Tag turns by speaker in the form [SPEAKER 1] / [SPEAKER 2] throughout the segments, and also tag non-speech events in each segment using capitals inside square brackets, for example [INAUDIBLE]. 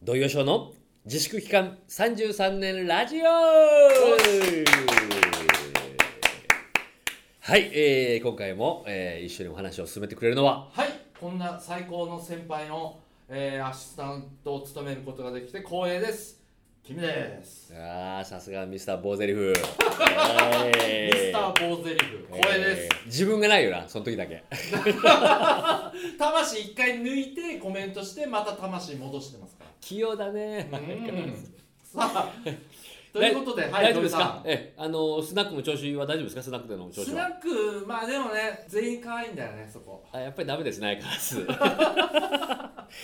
[SPEAKER 1] 土曜賞の自粛期間33年ラジオはい、えー今回も、えー一緒にお話を進めてくれるのは
[SPEAKER 2] はいこんな最高の先輩の、えーアシスタントを務めることができて光栄です君です、
[SPEAKER 1] あーさすがミスター棒ゼリフ
[SPEAKER 2] ミスターボーゼリフ光栄です、
[SPEAKER 1] す自分がないよなその時だけ
[SPEAKER 2] 魂一回抜いてコメントしてまた魂戻してますから
[SPEAKER 1] 器用だね [LAUGHS]
[SPEAKER 2] うんさあということで、はい、
[SPEAKER 1] 大丈夫ですか
[SPEAKER 2] 土井
[SPEAKER 1] ええあのスナックの調子は大丈夫ですかスナックでの
[SPEAKER 2] さ
[SPEAKER 1] 調
[SPEAKER 2] んス
[SPEAKER 1] 子
[SPEAKER 2] ナ
[SPEAKER 1] は
[SPEAKER 2] ックまあでもね全員可愛いんだよねそこ
[SPEAKER 1] あやっぱりダメですね相変わ
[SPEAKER 2] [LAUGHS]
[SPEAKER 1] らず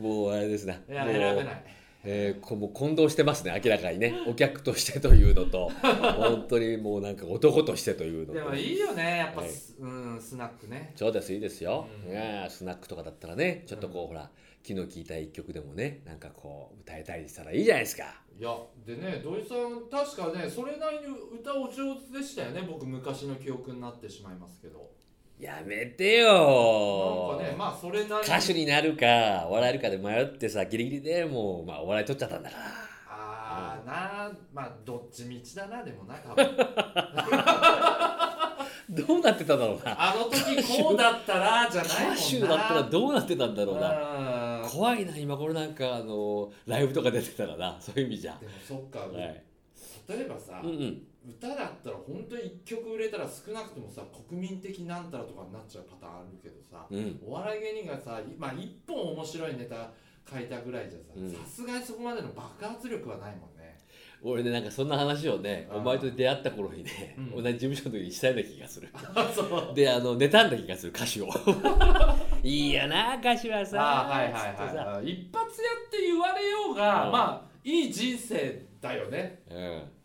[SPEAKER 1] もうあれですね
[SPEAKER 2] いや
[SPEAKER 1] もう
[SPEAKER 2] 選べない
[SPEAKER 1] えー、こもう混同してますね明らかにねお客としてというの
[SPEAKER 2] [LAUGHS]
[SPEAKER 1] と本当にもうなんか男としてというの
[SPEAKER 2] で
[SPEAKER 1] と
[SPEAKER 2] もいいよねやっぱ、
[SPEAKER 1] はい
[SPEAKER 2] すうんスナックね
[SPEAKER 1] そうですいいですよ、
[SPEAKER 2] うん
[SPEAKER 1] ねえスナックとかだったらねちょっとこう、ほら昨日聴いた一曲でもねなんかこう歌えたりしたらいいじゃないですか
[SPEAKER 2] いやでね土井さん確かねそれなりに歌お上手でしたよね僕昔の記憶になってしまいますけど
[SPEAKER 1] やめてよ
[SPEAKER 2] なんかねまあそれなり
[SPEAKER 1] 歌手になるか笑えるかで迷ってさギリギリでもう、まあ、お笑い取っちゃったんだから
[SPEAKER 2] ああなあまあどっちみちだなでもな多
[SPEAKER 1] [LAUGHS]
[SPEAKER 2] 分
[SPEAKER 1] どうなってたんだろうな
[SPEAKER 2] あの時こうだったらじゃないもんな
[SPEAKER 1] 歌手だったらどうなってたんだろうな
[SPEAKER 2] な
[SPEAKER 1] 怖いな今これなんかあのライブとか出てたらなそういう意味じゃ
[SPEAKER 2] でもそっか、
[SPEAKER 1] はい
[SPEAKER 2] 例えばさ、
[SPEAKER 1] うんうん
[SPEAKER 2] 歌だったら本当に1曲売れたら少なくともさ国民的なんたらとかになっちゃうパターンあるけどさ、
[SPEAKER 1] うん
[SPEAKER 2] お笑い芸人がさ、まあ、1本面白いネタ書いたぐらいじゃ
[SPEAKER 1] うん
[SPEAKER 2] ささすがにそこまでの爆発力はないもんね
[SPEAKER 1] 俺ねなんかそんな話をね
[SPEAKER 2] あー
[SPEAKER 1] お前と出会った頃にね、
[SPEAKER 2] う
[SPEAKER 1] 同
[SPEAKER 2] ん
[SPEAKER 1] じ事務所の時にしたような気がする
[SPEAKER 2] そう
[SPEAKER 1] で [LAUGHS] あの妬んだ気がする歌
[SPEAKER 2] [LAUGHS]
[SPEAKER 1] 手をいいよな歌手はさ
[SPEAKER 2] あはいはい
[SPEAKER 1] つってさ
[SPEAKER 2] はいはい一発やって言われようが、
[SPEAKER 1] うん
[SPEAKER 2] まあいい人生だよね
[SPEAKER 1] う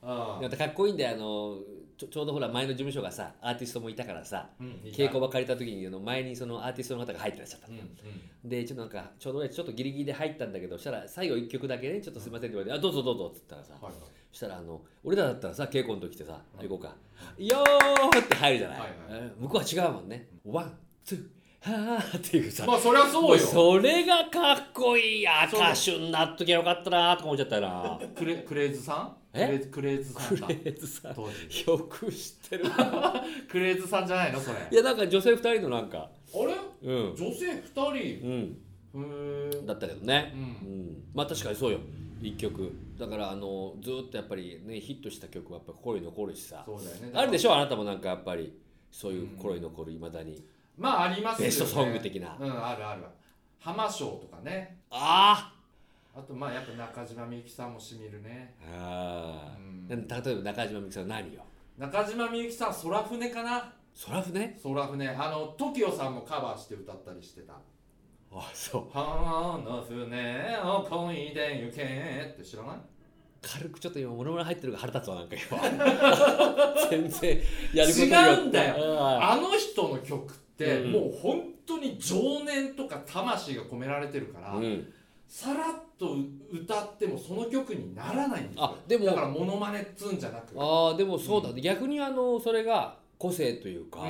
[SPEAKER 2] うん
[SPEAKER 1] ん、またかっこいいんだよあのちょちょうどほら前の事務所がさアーティストもいたからさ
[SPEAKER 2] うんいいか
[SPEAKER 1] 稽古場借りた時にあの前にそのアーティストの方が入ってらっしゃった
[SPEAKER 2] う
[SPEAKER 1] の、
[SPEAKER 2] んうん
[SPEAKER 1] でちょっとなんかちょうどねちょっとギリギリで入ったんだけどそしたら最後1曲だけねちょっとすいませんって言われて「あどうぞどうぞ」っつったらさ、
[SPEAKER 2] はい
[SPEAKER 1] そしたらあの俺らだったらさ稽古の時ってさ「
[SPEAKER 2] うん
[SPEAKER 1] 行こうか」「よー!」って入るじゃない、
[SPEAKER 2] はいはい
[SPEAKER 1] うん向こうは違うもんね「ワンツーはー」っていうさ、
[SPEAKER 2] まあそりゃそうよ
[SPEAKER 1] それがかっこいいあ
[SPEAKER 2] そう
[SPEAKER 1] 歌手になっときゃよかったなーとか思っちゃったよな
[SPEAKER 2] クレクレーズさん
[SPEAKER 1] え
[SPEAKER 2] クレーズクレーズさん
[SPEAKER 1] ク
[SPEAKER 2] だ
[SPEAKER 1] レーズさん
[SPEAKER 2] 当時
[SPEAKER 1] よく知ってる
[SPEAKER 2] クレーズさんじゃないのそれあ
[SPEAKER 1] いやなんか女性2人のなんか
[SPEAKER 2] れ
[SPEAKER 1] うん
[SPEAKER 2] 女性2
[SPEAKER 1] うん
[SPEAKER 2] 人へえ
[SPEAKER 1] だったけどね
[SPEAKER 2] うん
[SPEAKER 1] うん、まあ確かにそうよ1曲だからあのずーっとやっぱりねヒットした曲はやっぱ心に残るしさ
[SPEAKER 2] そうだよね
[SPEAKER 1] あるで
[SPEAKER 2] しょ
[SPEAKER 1] しょあなたもなんかやっぱりそういう心に残るいまだに
[SPEAKER 2] まあありますよね
[SPEAKER 1] ベストソング的な
[SPEAKER 2] うんあるある浜章とかね
[SPEAKER 1] あ
[SPEAKER 2] あとまあやっぱ中島みゆきさんもしみるね
[SPEAKER 1] ーあー、
[SPEAKER 2] うん
[SPEAKER 1] 例えば中島みゆきさんは何よ
[SPEAKER 2] 中島みゆきさん空船かな
[SPEAKER 1] 空船
[SPEAKER 2] 空船あの TOKIO さんもカバーして歌ったりしてた
[SPEAKER 1] あそう
[SPEAKER 2] 「花の船をこいでゆけ」って知らない
[SPEAKER 1] 軽くちょっと今モノマネ入ってるが腹立つわなんか今 [LAUGHS] 全然やることに
[SPEAKER 2] 違うんだよ
[SPEAKER 1] よ
[SPEAKER 2] あの人の曲って
[SPEAKER 1] うん
[SPEAKER 2] もう本当に情念とか魂が込められてるから、
[SPEAKER 1] うん、
[SPEAKER 2] さらっと歌ってもその曲にならないんですよ
[SPEAKER 1] あでも
[SPEAKER 2] だからモノマネっつうんじゃなく
[SPEAKER 1] あーでもそうだ、逆にあのそれが個性というか、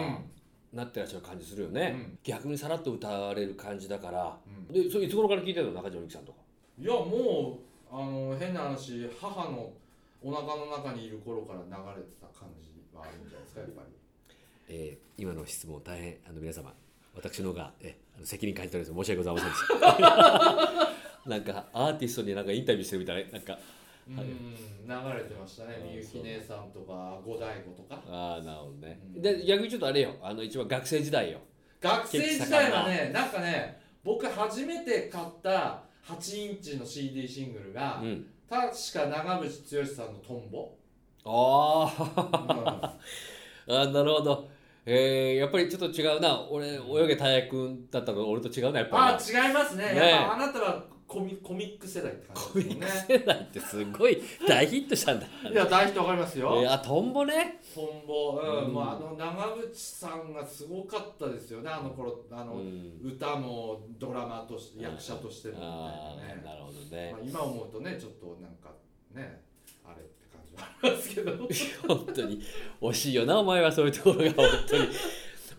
[SPEAKER 1] なってらっしゃる感じするよね、
[SPEAKER 2] うん
[SPEAKER 1] 逆にさらっと歌われる感じだから
[SPEAKER 2] うんうん
[SPEAKER 1] でそれいつ頃から聞いてるの中島みゆきさんとか
[SPEAKER 2] いやもうあの変な話母のお腹の中にいる頃から流れてた感じはあるんじゃないですかやっぱり
[SPEAKER 1] えー今の質問大変あの皆様私の方が、えーあの責任感じております申し訳ございませんで
[SPEAKER 2] [LAUGHS]
[SPEAKER 1] したなんかアーティストになんかインタビューしてるみたいななんかはいう
[SPEAKER 2] うん流れてましたね
[SPEAKER 1] あ
[SPEAKER 2] みゆき姉さんとか五大悟とか
[SPEAKER 1] ああなるほどね、
[SPEAKER 2] うん
[SPEAKER 1] で逆にちょっとあれよあの一番学生時代よ
[SPEAKER 2] 学生時代はねなんかね僕初めて買った8インチの CD シングルが、
[SPEAKER 1] うん
[SPEAKER 2] 確か長渕剛さんの「ト
[SPEAKER 1] [LAUGHS]
[SPEAKER 2] ンボ
[SPEAKER 1] あー」
[SPEAKER 2] うん
[SPEAKER 1] あーなるほどえー、やっぱりちょっと違うな俺泳げたやくんだったの俺と違うなやっぱ
[SPEAKER 2] あ
[SPEAKER 1] り
[SPEAKER 2] ー違いますね
[SPEAKER 1] ねえ
[SPEAKER 2] やっぱあなたはコミコミック世代って感
[SPEAKER 1] コ
[SPEAKER 2] じで
[SPEAKER 1] ミ
[SPEAKER 2] す
[SPEAKER 1] ック
[SPEAKER 2] よね
[SPEAKER 1] [LAUGHS] 世代ってすごい大ヒットしたんだ
[SPEAKER 2] いや大人わかります
[SPEAKER 1] え
[SPEAKER 2] よ、
[SPEAKER 1] ー、あトンボね
[SPEAKER 2] トンボ、うん
[SPEAKER 1] うん
[SPEAKER 2] もうあの長渕さんがすごかったですよねあの頃あの、
[SPEAKER 1] うん
[SPEAKER 2] 歌もドラマとして役者としてもみたい
[SPEAKER 1] あ
[SPEAKER 2] な
[SPEAKER 1] ー
[SPEAKER 2] ね、
[SPEAKER 1] なるほどね
[SPEAKER 2] まあ、今思うとねちょっとなんかねあれって
[SPEAKER 1] [LAUGHS]
[SPEAKER 2] 感じはありますけど
[SPEAKER 1] 本当に惜しいよなお前はそういうところが本当に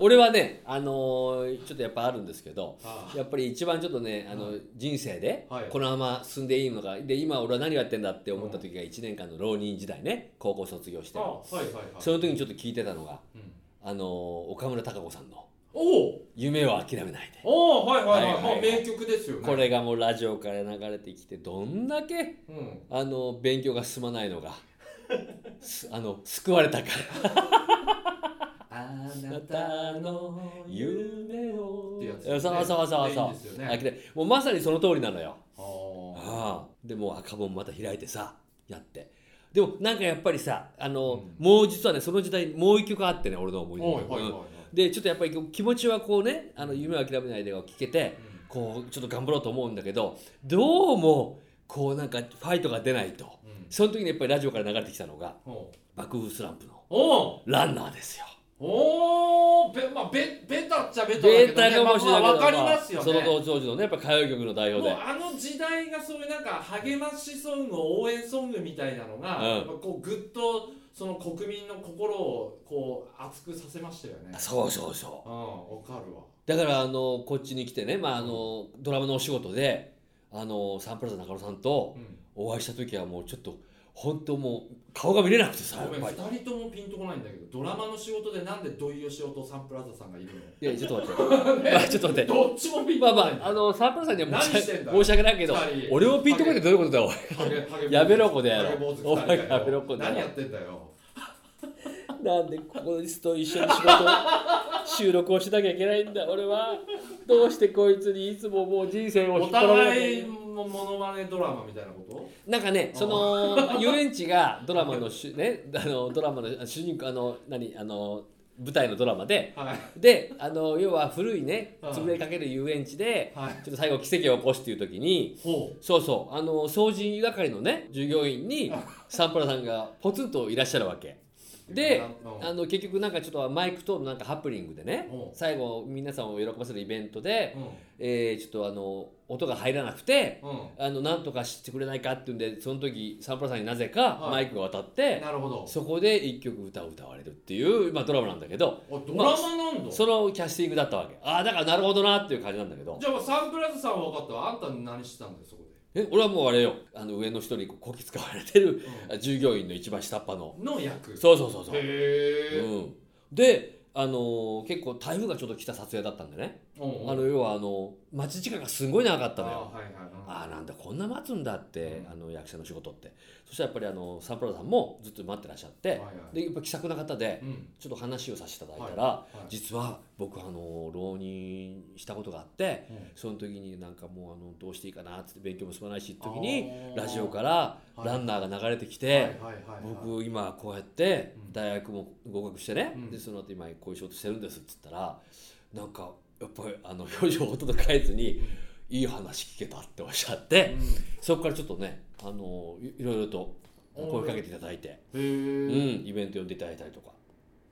[SPEAKER 1] 俺はね、あのーちょっとやっぱあるんですけど
[SPEAKER 2] あ
[SPEAKER 1] やっぱり一番ちょっとねあの、人生で
[SPEAKER 2] はい
[SPEAKER 1] このまま進んでいいのかで今俺は何をやってんだって思った時が1年間の浪人時代ね高校卒業して
[SPEAKER 2] あはいはいはい
[SPEAKER 1] その時にちょっと聞いてたのが、
[SPEAKER 2] うん
[SPEAKER 1] あのー岡村孝子さんの
[SPEAKER 2] おう
[SPEAKER 1] 「夢は諦めないで」
[SPEAKER 2] おうはいはいはい、
[SPEAKER 1] はいはいはい
[SPEAKER 2] まあ名曲ですよね
[SPEAKER 1] これがもうラジオから流れてきてどんだけ
[SPEAKER 2] うん
[SPEAKER 1] あの勉強が進まないのがすあの救われたか
[SPEAKER 2] あ
[SPEAKER 1] あなたの夢を
[SPEAKER 2] ってやつ
[SPEAKER 1] いやそうそうそうそう
[SPEAKER 2] いいですよね
[SPEAKER 1] あきれもうまさにその通りなのよ
[SPEAKER 2] あー
[SPEAKER 1] ああでもう赤本また開いてさやってでもなんかやっぱりさあの、
[SPEAKER 2] うん
[SPEAKER 1] もう実はねその時代もう一曲あってね俺の思い出、
[SPEAKER 2] はいはいはい
[SPEAKER 1] うん
[SPEAKER 2] はい
[SPEAKER 1] でちょっとやっぱりこう気持ちはこうねあの夢を諦めないでを聞けてこうちょっと頑張ろうと思うんだけどどうもこうなんかファイトが出ないと
[SPEAKER 2] うんうん
[SPEAKER 1] その時にやっぱりラジオから流れてきたのが
[SPEAKER 2] おう
[SPEAKER 1] 爆風スランプの
[SPEAKER 2] おう
[SPEAKER 1] ランナーですよ。
[SPEAKER 2] おーべまあべベタっちゃベタ
[SPEAKER 1] デ
[SPEAKER 2] だけど、ね、
[SPEAKER 1] ータかもしれないけど、
[SPEAKER 2] まあまあわかりますよね
[SPEAKER 1] その当時のねやっぱ歌謡曲の代表
[SPEAKER 2] もう
[SPEAKER 1] で。
[SPEAKER 2] あの時代がそういうなんか励ましソング応援ソングみたいなのが、
[SPEAKER 1] うん
[SPEAKER 2] やっぱこうぐっとその国民の心をこう熱くさせましたよね
[SPEAKER 1] そうそうそう
[SPEAKER 2] うんわかるわ
[SPEAKER 1] だからあのこっちに来てね、まあ、あのドラマのお仕事であのサンプラザ中野さんと
[SPEAKER 2] うん
[SPEAKER 1] お会いした時はもうちょっと本当もう顔が見れなくてさやっ
[SPEAKER 2] ごめん
[SPEAKER 1] ぱり
[SPEAKER 2] 2人ともピンとこないんだけどドラマの仕事でなんで土井善雄とサンプラザさんがいる
[SPEAKER 1] いやちょっと待 [LAUGHS] って、まあ、ちょっと待って
[SPEAKER 2] のどっちもピン
[SPEAKER 1] まあ
[SPEAKER 2] と
[SPEAKER 1] ま
[SPEAKER 2] こないん
[SPEAKER 1] ああのサンプラザには申し
[SPEAKER 2] 何してんだ
[SPEAKER 1] 申し訳ないけど
[SPEAKER 2] 二人
[SPEAKER 1] 俺をピンとこいってどういうことだおいやめろこの野郎お前やめろこの野郎
[SPEAKER 2] 何やってんだよ
[SPEAKER 1] なんでここいつと一緒に仕事を収録をしなきゃいけないんだ俺はどうしてこいつにいつももう人生を
[SPEAKER 2] お
[SPEAKER 1] 引っ張られて
[SPEAKER 2] 互いもモノマネドラマみたいなこと
[SPEAKER 1] なんかねその遊園地がドラマの主ねあのドラマの主人公あの何あの舞台のドラマで
[SPEAKER 2] はい
[SPEAKER 1] であの要は古いね
[SPEAKER 2] うん
[SPEAKER 1] 潰れかける遊園地で
[SPEAKER 2] はい
[SPEAKER 1] ちょっと最後奇跡を起こすっていう時に
[SPEAKER 2] ほ
[SPEAKER 1] そうそうあの掃除係のね従業員にサンプラさんがポツンといらっしゃるわけ。
[SPEAKER 2] う
[SPEAKER 1] で
[SPEAKER 2] うん
[SPEAKER 1] あの結局なんかちょっとマイクとのなんかハプニングでね
[SPEAKER 2] うん
[SPEAKER 1] 最後皆さんを喜ばせるイベントで、
[SPEAKER 2] う
[SPEAKER 1] えーちょっとあの音が入らなくて
[SPEAKER 2] んう
[SPEAKER 1] あのなんとかしてくれないかっていうんでその時サンプラさんになぜか
[SPEAKER 2] はい
[SPEAKER 1] マイクが渡っ
[SPEAKER 2] ん
[SPEAKER 1] て、
[SPEAKER 2] なるほど
[SPEAKER 1] そこで一曲歌を歌われるっていう、まあ、ドラマなんだけど
[SPEAKER 2] あドラマなんだ
[SPEAKER 1] そのキャスティングだったわけああだからなるほどなっていう感じなんだけど
[SPEAKER 2] じゃあサンプラザさんは分かったわあんた何してたんだよそこ
[SPEAKER 1] え俺はもうあれよあの上の人にこうこき使われてる [LAUGHS]
[SPEAKER 2] で、
[SPEAKER 1] 従業員の一番下っ端の
[SPEAKER 2] うん、の役
[SPEAKER 1] そうそうそうそう、
[SPEAKER 2] へえ、
[SPEAKER 1] うん、であのー結構台風がちょっと来た撮影だったんでね
[SPEAKER 2] うんうん
[SPEAKER 1] あの要はあの待ち時間がすごい長かったのよ
[SPEAKER 2] あはいはいうん
[SPEAKER 1] ああなんだこんな待つんだって、
[SPEAKER 2] うん
[SPEAKER 1] あの役者の仕事ってそしたらやっぱりあのサンプラザさんもずっと待ってらっしゃって、
[SPEAKER 2] はいはい
[SPEAKER 1] でやっぱ気さくな方で
[SPEAKER 2] うん
[SPEAKER 1] ちょっと話をさせていただいたら、
[SPEAKER 2] ははい
[SPEAKER 1] 実は僕あの浪人したことがあって
[SPEAKER 2] うん
[SPEAKER 1] その時になんかもうあのどうしていいかなっつって勉強も進まないしって時に
[SPEAKER 2] あー
[SPEAKER 1] ラジオから
[SPEAKER 2] はい
[SPEAKER 1] ランナーが流れてきて、
[SPEAKER 2] はいはいはいはい
[SPEAKER 1] 僕今こうやって
[SPEAKER 2] うん
[SPEAKER 1] 大学も合格してね、
[SPEAKER 2] うん
[SPEAKER 1] でその後今こういう仕事してるんですって言ったらなんかやっぱりあの表情をほとんど変えずにいい話聞けたっておっしゃって、そこからちょっとねあのいいろいろと声かけていただいて、
[SPEAKER 2] う
[SPEAKER 1] うん
[SPEAKER 2] ん、へえ、
[SPEAKER 1] イベント呼んでいただいたりとか、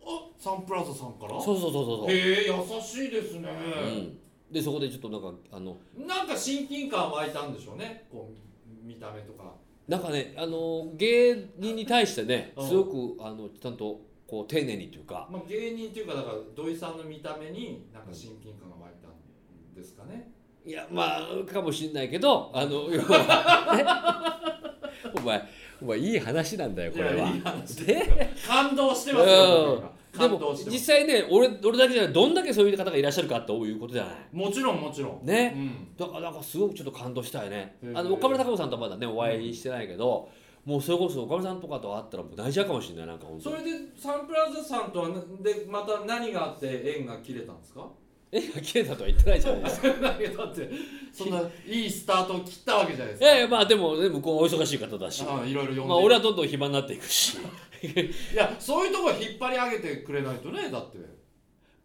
[SPEAKER 2] あサンプラザさんから
[SPEAKER 1] そうそうそうそうそう、
[SPEAKER 2] へえ優しいですね、
[SPEAKER 1] うん、でそこでちょっとなんかあの
[SPEAKER 2] なんか親近感湧いたんでしょうねこう見た目とか
[SPEAKER 1] なんかねあの芸人に対してね
[SPEAKER 2] うん
[SPEAKER 1] すごくあのちゃんとこう丁寧にというか
[SPEAKER 2] まあ、芸人っていうかだから土井さんの見た目になんか親近感が湧いたんですかね、
[SPEAKER 1] いやまあかもしれないけどあの [LAUGHS] 要はねお前お前いい話なんだよこれ
[SPEAKER 2] いや
[SPEAKER 1] はい
[SPEAKER 2] い。話
[SPEAKER 1] で
[SPEAKER 2] 感動してますよ、
[SPEAKER 1] で
[SPEAKER 2] 僕今
[SPEAKER 1] も
[SPEAKER 2] 感動してま
[SPEAKER 1] 実
[SPEAKER 2] す
[SPEAKER 1] 際ね俺俺だけじゃないどんだけそういう方がいらっしゃるかということじゃない。
[SPEAKER 2] もちろんもちろん
[SPEAKER 1] ね
[SPEAKER 2] うん
[SPEAKER 1] だからなんかすごくちょっと感動したよね
[SPEAKER 2] へ。ー
[SPEAKER 1] あの岡村孝子さんとはまだねお会いしてないけど、もうそれこそ岡村さんとかと会ったらもう大事かもしれないなんか本
[SPEAKER 2] そ
[SPEAKER 1] 当に。
[SPEAKER 2] れでサンプラザさんとはなでまた何があって縁が切れたんです
[SPEAKER 1] [LAUGHS]
[SPEAKER 2] か
[SPEAKER 1] え綺麗だとは言ってないじゃないですか。
[SPEAKER 2] 何がだってそんないいスタートを切ったわけじゃないで
[SPEAKER 1] い
[SPEAKER 2] すか
[SPEAKER 1] やいやまあでもね向こうお忙しい方だし、ま
[SPEAKER 2] ああいろいろ読んで、
[SPEAKER 1] あ俺はどんどん暇になっていくし、
[SPEAKER 2] いやそういうとこ引っ張り上げてくれないとねだって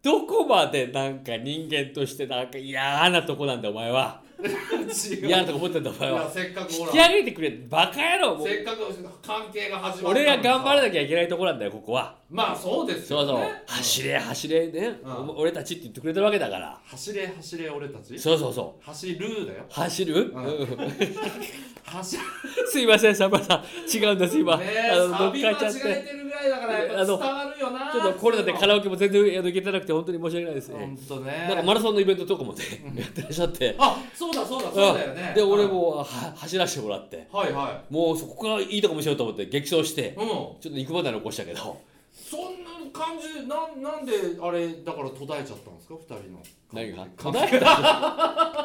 [SPEAKER 1] どこまでなんか人間としてなんか嫌なとこなんだお前は。
[SPEAKER 2] 違う
[SPEAKER 1] 嫌なとこ持ってんだお
[SPEAKER 2] い
[SPEAKER 1] 前
[SPEAKER 2] や
[SPEAKER 1] は。
[SPEAKER 2] せっかく
[SPEAKER 1] 引
[SPEAKER 2] ほ
[SPEAKER 1] き
[SPEAKER 2] ら
[SPEAKER 1] 上げてくれバカ野郎もう
[SPEAKER 2] せっかく関係が始まったの
[SPEAKER 1] 俺
[SPEAKER 2] に
[SPEAKER 1] が頑張ら
[SPEAKER 2] さ
[SPEAKER 1] なきゃいけないとこなんだよここは。
[SPEAKER 2] まあそうです
[SPEAKER 1] そう
[SPEAKER 2] よね
[SPEAKER 1] そう、
[SPEAKER 2] ん
[SPEAKER 1] 走れ走れね、
[SPEAKER 2] うん
[SPEAKER 1] お俺たちって言ってくれてるわけだから。
[SPEAKER 2] 走れ走れ俺たち
[SPEAKER 1] そうそうそう。
[SPEAKER 2] 走るだよ
[SPEAKER 1] 走る、
[SPEAKER 2] う走る
[SPEAKER 1] すいません、サンバさん。違うんです、今。
[SPEAKER 2] ね
[SPEAKER 1] あ
[SPEAKER 2] え
[SPEAKER 1] の
[SPEAKER 2] サ
[SPEAKER 1] 乗っ
[SPEAKER 2] ビ
[SPEAKER 1] か
[SPEAKER 2] 間
[SPEAKER 1] っちゃっ
[SPEAKER 2] 違え
[SPEAKER 1] て。
[SPEAKER 2] てるぐらいねだからやっぱ
[SPEAKER 1] あの
[SPEAKER 2] 伝わるよな
[SPEAKER 1] ちょっとコロナでカ
[SPEAKER 2] ら
[SPEAKER 1] ラオケも全然あの行けてなくて本当に申し訳ないです
[SPEAKER 2] ほ
[SPEAKER 1] ね
[SPEAKER 2] んとね
[SPEAKER 1] なんかマラソンのイベントとかもねやってらっしゃって
[SPEAKER 2] あそうだそうだそうだよね
[SPEAKER 1] で俺もは走らせてもらって
[SPEAKER 2] はいは
[SPEAKER 1] もうそこからいいとこ見せようと思って激走し
[SPEAKER 2] い
[SPEAKER 1] て
[SPEAKER 2] うん
[SPEAKER 1] ちょっと肉離れ起こしたけど
[SPEAKER 2] そんな感じでなんなんであれだから途絶えちゃったんですか二人の
[SPEAKER 1] 何が途
[SPEAKER 2] 途
[SPEAKER 1] 絶
[SPEAKER 2] 絶
[SPEAKER 1] えた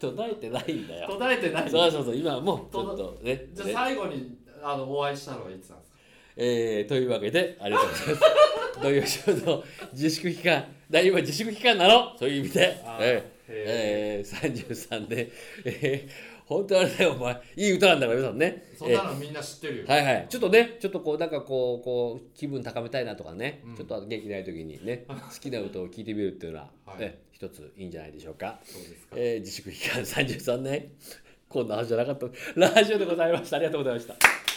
[SPEAKER 1] 途絶えてないんだよ
[SPEAKER 2] えてないじゃ
[SPEAKER 1] そうそうそう今はもうちょっとね
[SPEAKER 2] あ
[SPEAKER 1] ね
[SPEAKER 2] 最後にあのお会いしたのはいつなんですか
[SPEAKER 1] えーというわけでありがとうござ
[SPEAKER 2] [LAUGHS]
[SPEAKER 1] います土曜ショーの自粛期間だ今自粛期間なのそういう意味で
[SPEAKER 2] あー
[SPEAKER 1] えー
[SPEAKER 2] へ
[SPEAKER 1] えー、33で、えー、本当あれだよお前いい歌なんだから皆さんね
[SPEAKER 2] そんなのみんな知ってるよ、
[SPEAKER 1] はいはい、ちょっとねちょっとこうなんかこうこう気分高めたいなとかね、
[SPEAKER 2] うん
[SPEAKER 1] ちょっと元気ない時に
[SPEAKER 2] [LAUGHS]
[SPEAKER 1] ね好きな歌を聴いてみるっていうのは、
[SPEAKER 2] はい
[SPEAKER 1] ね、一ついいんじゃないでしょうか、
[SPEAKER 2] そうですか
[SPEAKER 1] えー自粛期間33年こんなはずじゃなかったラジオでございましたありがとうございました